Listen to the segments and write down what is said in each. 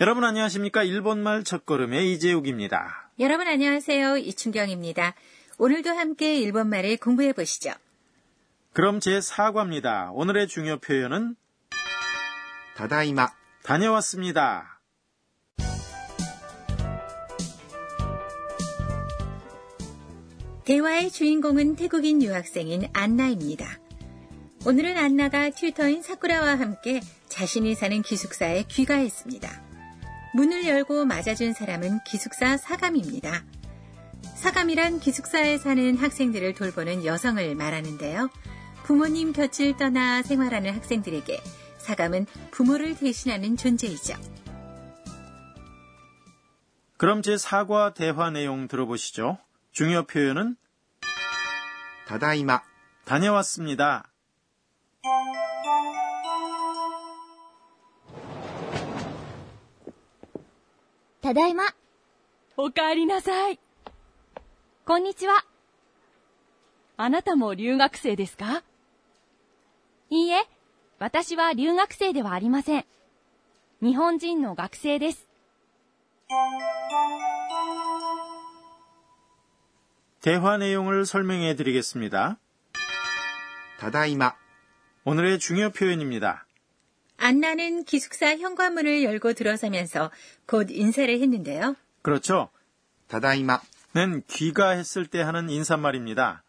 여러분 안녕하십니까? 일본말 첫걸음의 이재욱입니다. 여러분 안녕하세요. 이춘경입니다. 오늘도 함께 일본말을 공부해 보시죠. 그럼 제 4과입니다. 오늘의 중요 표현은 ただいま、 다녀왔습니다. 대화의 주인공은 태국인 유학생인 안나입니다. 오늘은 안나가 튜터인 사쿠라와 함께 자신이 사는 기숙사에 귀가했습니다. 문을 열고 맞아준 사람은 기숙사 사감입니다. 사감이란 기숙사에 사는 학생들을 돌보는 여성을 말하는데요. 부모님 곁을 떠나 생활하는 학생들에게 사감은 부모를 대신하는 존재이죠. 그럼 제 4과 대화 내용 들어보시죠. 중요 표현은 ただいま、 다녀왔습니다. ただいま。おかえりなさい。こんにちは。あなたも留学生ですかいいえ、私は留学生ではありません。日本人の学生です。 대화 내용을 설명해 드리겠습니다. ただいま、 오늘의 중요 표현입니다. 안나는 기숙사 현관문을 열고 들어서면서 곧 인사를 했는데요. 그렇죠. ただいま、 는 귀가했을 때 하는 인사말입니다.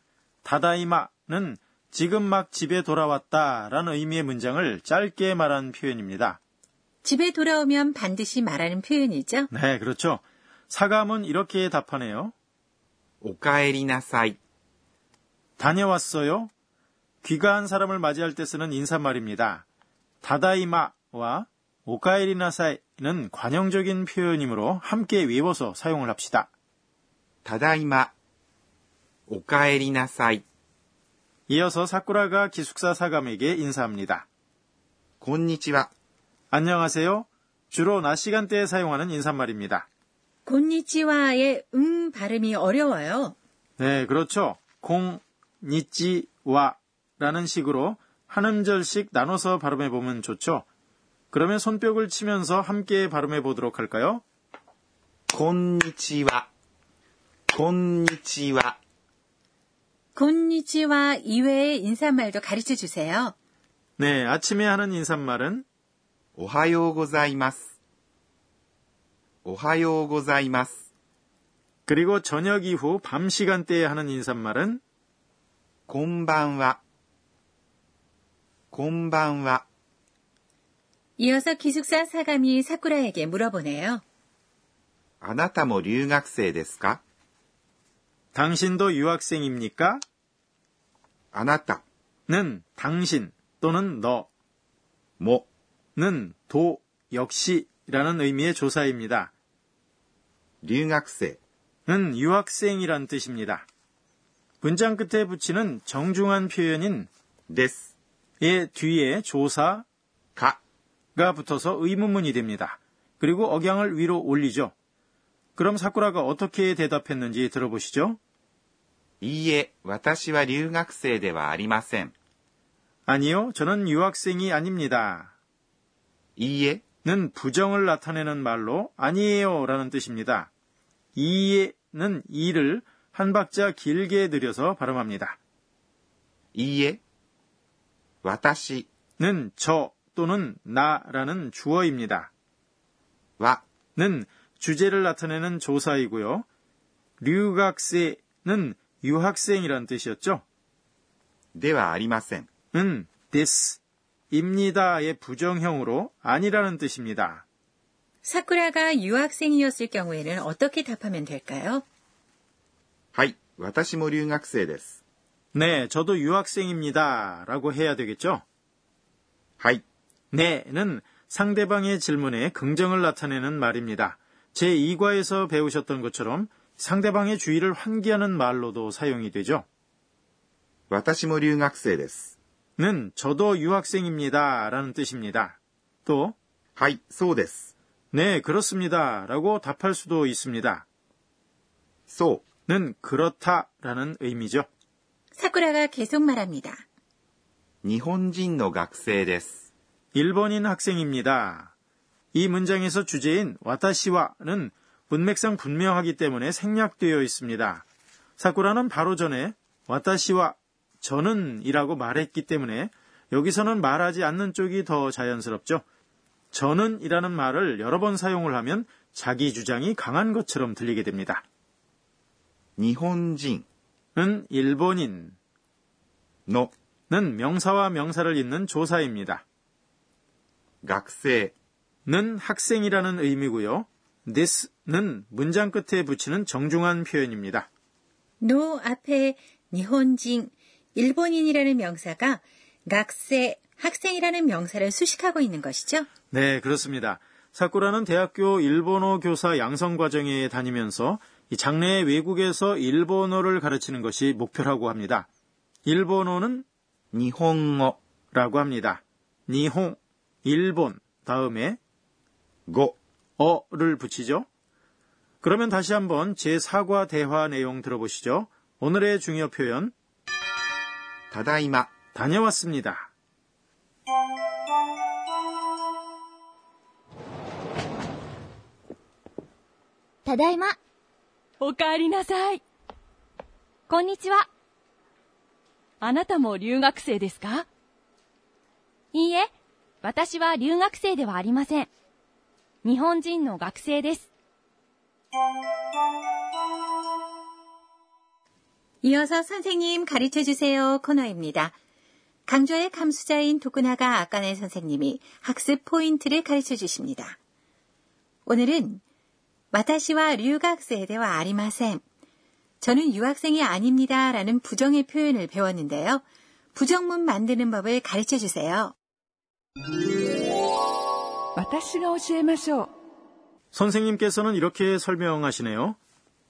다다이마는 지금 막 집에 돌아왔다라는 의미의 문장을 짧게 말한 표현입니다. 집에 돌아오면 반드시 말하는 표현이죠. 네, 그렇죠. 사감은 이렇게 답하네요. おかえりなさい、 다녀왔어요. 귀가한 사람을 맞이할 때 쓰는 인사말입니다. 다다이마와 오카에리나사이는 관용적인 표현이므로 함께 외워서 사용을 합시다. ただいま、おかえりなさい、 이어서 사쿠라가 기숙사 사감에게 인사합니다. こんにちは、 안녕하세요. 주로 낮 시간대에 사용하는 인사말입니다. 곤니치와의 음 발음이 어려워요. 네, 그렇죠. 공, 니찌, 와 라는 식으로 한 음절씩 나눠서 발음해 보면 좋죠. 그러면 손뼉을 치면서 함께 발음해 보도록 할까요? こんにちは、こんにちは、 곤니치와 이외의 인사말도 가르쳐 주세요. 네, 아침에 하는 인사말은 おはようございます。おはようございます、 그리고 저녁 이후 밤 시간대에 하는 인사말은 こんばんは、こんばんは、 이어서 기숙사 사감이 사쿠라에게 물어보네요. あなたも留学生ですか 당신도 유학생입니까? あなた 는 당신 또는 も 너는 도 역시라는 의미의 조사입니다. 留学生、 는 유학생이란 뜻입니다. 문장 끝에 붙이는 정중한 표현인 です、 의 뒤에 조사가 か、 붙어서 의문문이 됩니다. 그리고 억양을 위로 올리죠. 그럼 사쿠라가 어떻게 대답했는지 들어보시죠. いいえ、私は留学生ではありません。 아니요, 저는 유학생이 아닙니다. いいえ、 는 부정을 나타내는 말로 아니에요 라는 뜻입니다. 이에는 이를 한 박자 길게 늘려서 발음합니다. いいえ、私 는 저 또는 나라는 주어입니다. は 는 주제를 나타내는 조사이고요. 류각세는 유학생이란 뜻이었죠. ではありません。 은 this 입니다의 부정형으로 아니라는 뜻입니다. 사쿠라가 유학생이었을 경우에는 어떻게 답하면 될까요? はい、私も留学生です。 네, 저도 유학생입니다. 라고 해야 되겠죠? はい、 네는 상대방의 질문에 긍정을 나타내는 말입니다. 제2과에서 배우셨던 것처럼 상대방의 주의를 환기하는 말로도 사용이 되죠. 私も留学生です。 는 저도 유학생입니다. 라는 뜻입니다. 또, はい、そうです。 네, 그렇습니다. 라고 답할 수도 있습니다. そう、 는 그렇다 라는 의미죠. 사쿠라가 계속 말합니다. 日本人の学生です。 일본인 학생입니다. 이 문장에서 주제인 와타시와는 문맥상 분명하기 때문에 생략되어 있습니다. 사쿠라는 바로 전에 와타시와 저는이라고 말했기 때문에 여기서는 말하지 않는 쪽이 더 자연스럽죠. 저는이라는 말을 여러 번 사용을 하면 자기 주장이 강한 것처럼 들리게 됩니다. 日本人 은 일본인, の 는 명사와 명사를 잇는 조사입니다. 学生 는 학생이라는 의미고요. this는 문장 끝에 붙이는 정중한 표현입니다. 노 앞에 니혼징, 일본인이라는 명사가 각세, 학생이라는 명사를 수식하고 있는 것이죠. 네, 그렇습니다. 사쿠라는 대학교 일본어 교사 양성 과정에 다니면서 이 장래에 외국에서 일본어를 가르치는 것이 목표라고 합니다. 일본어는 日本語 라고 합니다. 니혼, 일본 다음에 語 어를 붙이죠. 그러면 다시 한번 제4과 대화 내용 들어보시죠. 오늘의 중요 표현 ただいま 다녀왔습니다. ただいま。お帰りなさい。こんにちは。あなたも留学生ですかいいえ、私は留学生ではありません。日本人の学生です。 이어서 선생님 가르쳐 주세요 코너입니다. 강좌의 감수자인 도쿠나가 아까네 선생님이 학습 포인트를 가르쳐 주십니다. 오늘은 와타시와 류각세대와 아리마셈 저는 유학생이 아닙니다 라는 부정의 표현을 배웠는데요. 부정문 만드는 법을 가르쳐 주세요. 私が教えましょう。 선생님께서는 이렇게 설명하시네요.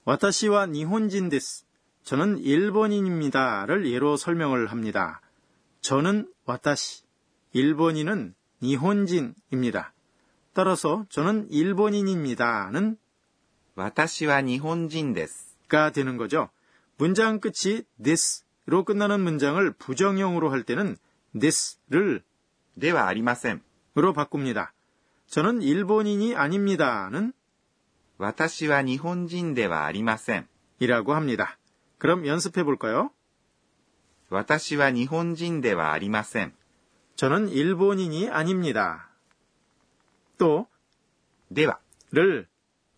와타시와 니혼진 데스. 저는 일본인입니다를 예로 설명을 합니다. 저는 와타시. 일본인은 니혼진입니다. 따라서 저는 일본인입니다는 私は日本人です 가 되는 거죠. 문장 끝이 this로 끝나는 문장을 부정형으로 할 때는 this를 ではありません 으로 바꿉니다. 저는 일본인이 아닙니다는 私は日本人ではありません 이라고 합니다. 그럼 연습해 볼까요? 私は日本人ではありません 저는 일본인이 아닙니다. 또, では 를,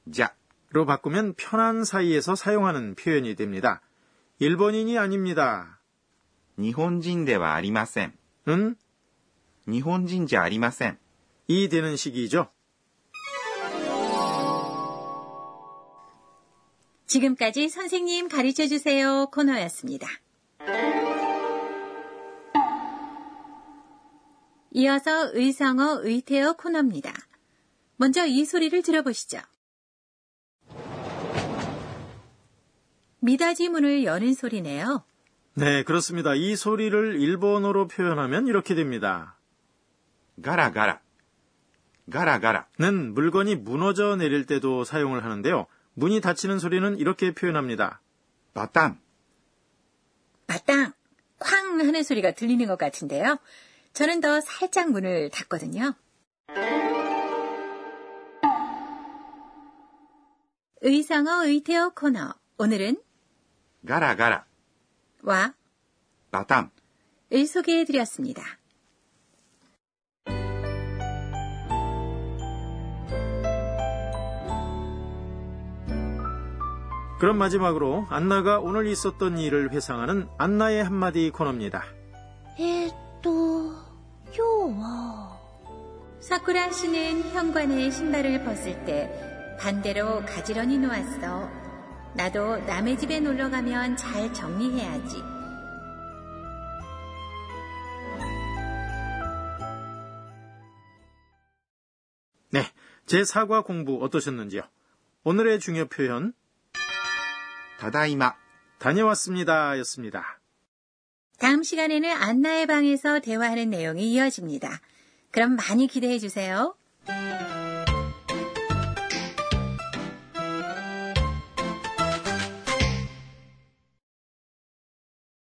じゃ 로 바꾸면 편한 사이에서 사용하는 표현이 됩니다. 일본인이 아닙니다. 日本人ではありません 는, 日本人じゃありません 이 되는 시기이죠. 지금까지 선생님 가르쳐 주세요 코너였습니다. 이어서 의성어 의태어 코너입니다. 먼저 이 소리를 들어보시죠. 미닫이 문을 여는 소리네요. 네, 그렇습니다. 이 소리를 일본어로 표현하면 이렇게 됩니다. ガラガラガラガラ 는 물건이 무너져 내릴 때도 사용을 하는데요. 문이 닫히는 소리는 이렇게 표현합니다. バタン 마땅 쾅 하는 소리가 들리는 것 같은데요. 저는 더 살짝 문을 닫거든요. 의상어 의태어 코너 오늘은 ガラガラ 와 을 バタン 소개해드렸습니다. 그럼 마지막으로 안나가 오늘 있었던 일을 회상하는 안나의 한마디 코너입니다. えーっと、今日は、 사쿠라 씨는 현관에 신발을 벗을 때 반대로 가지런히 놓았어. 나도 남의 집에 놀러 가면 잘 정리해야지. 네, 제 4과 공부 어떠셨는지요? 오늘의 중요 표현 ただいま 다녀왔습니다였습니다. 다음 시간에는 안나의 방에서 대화하는 내용이 이어집니다. 그럼 많이 기대해 주세요.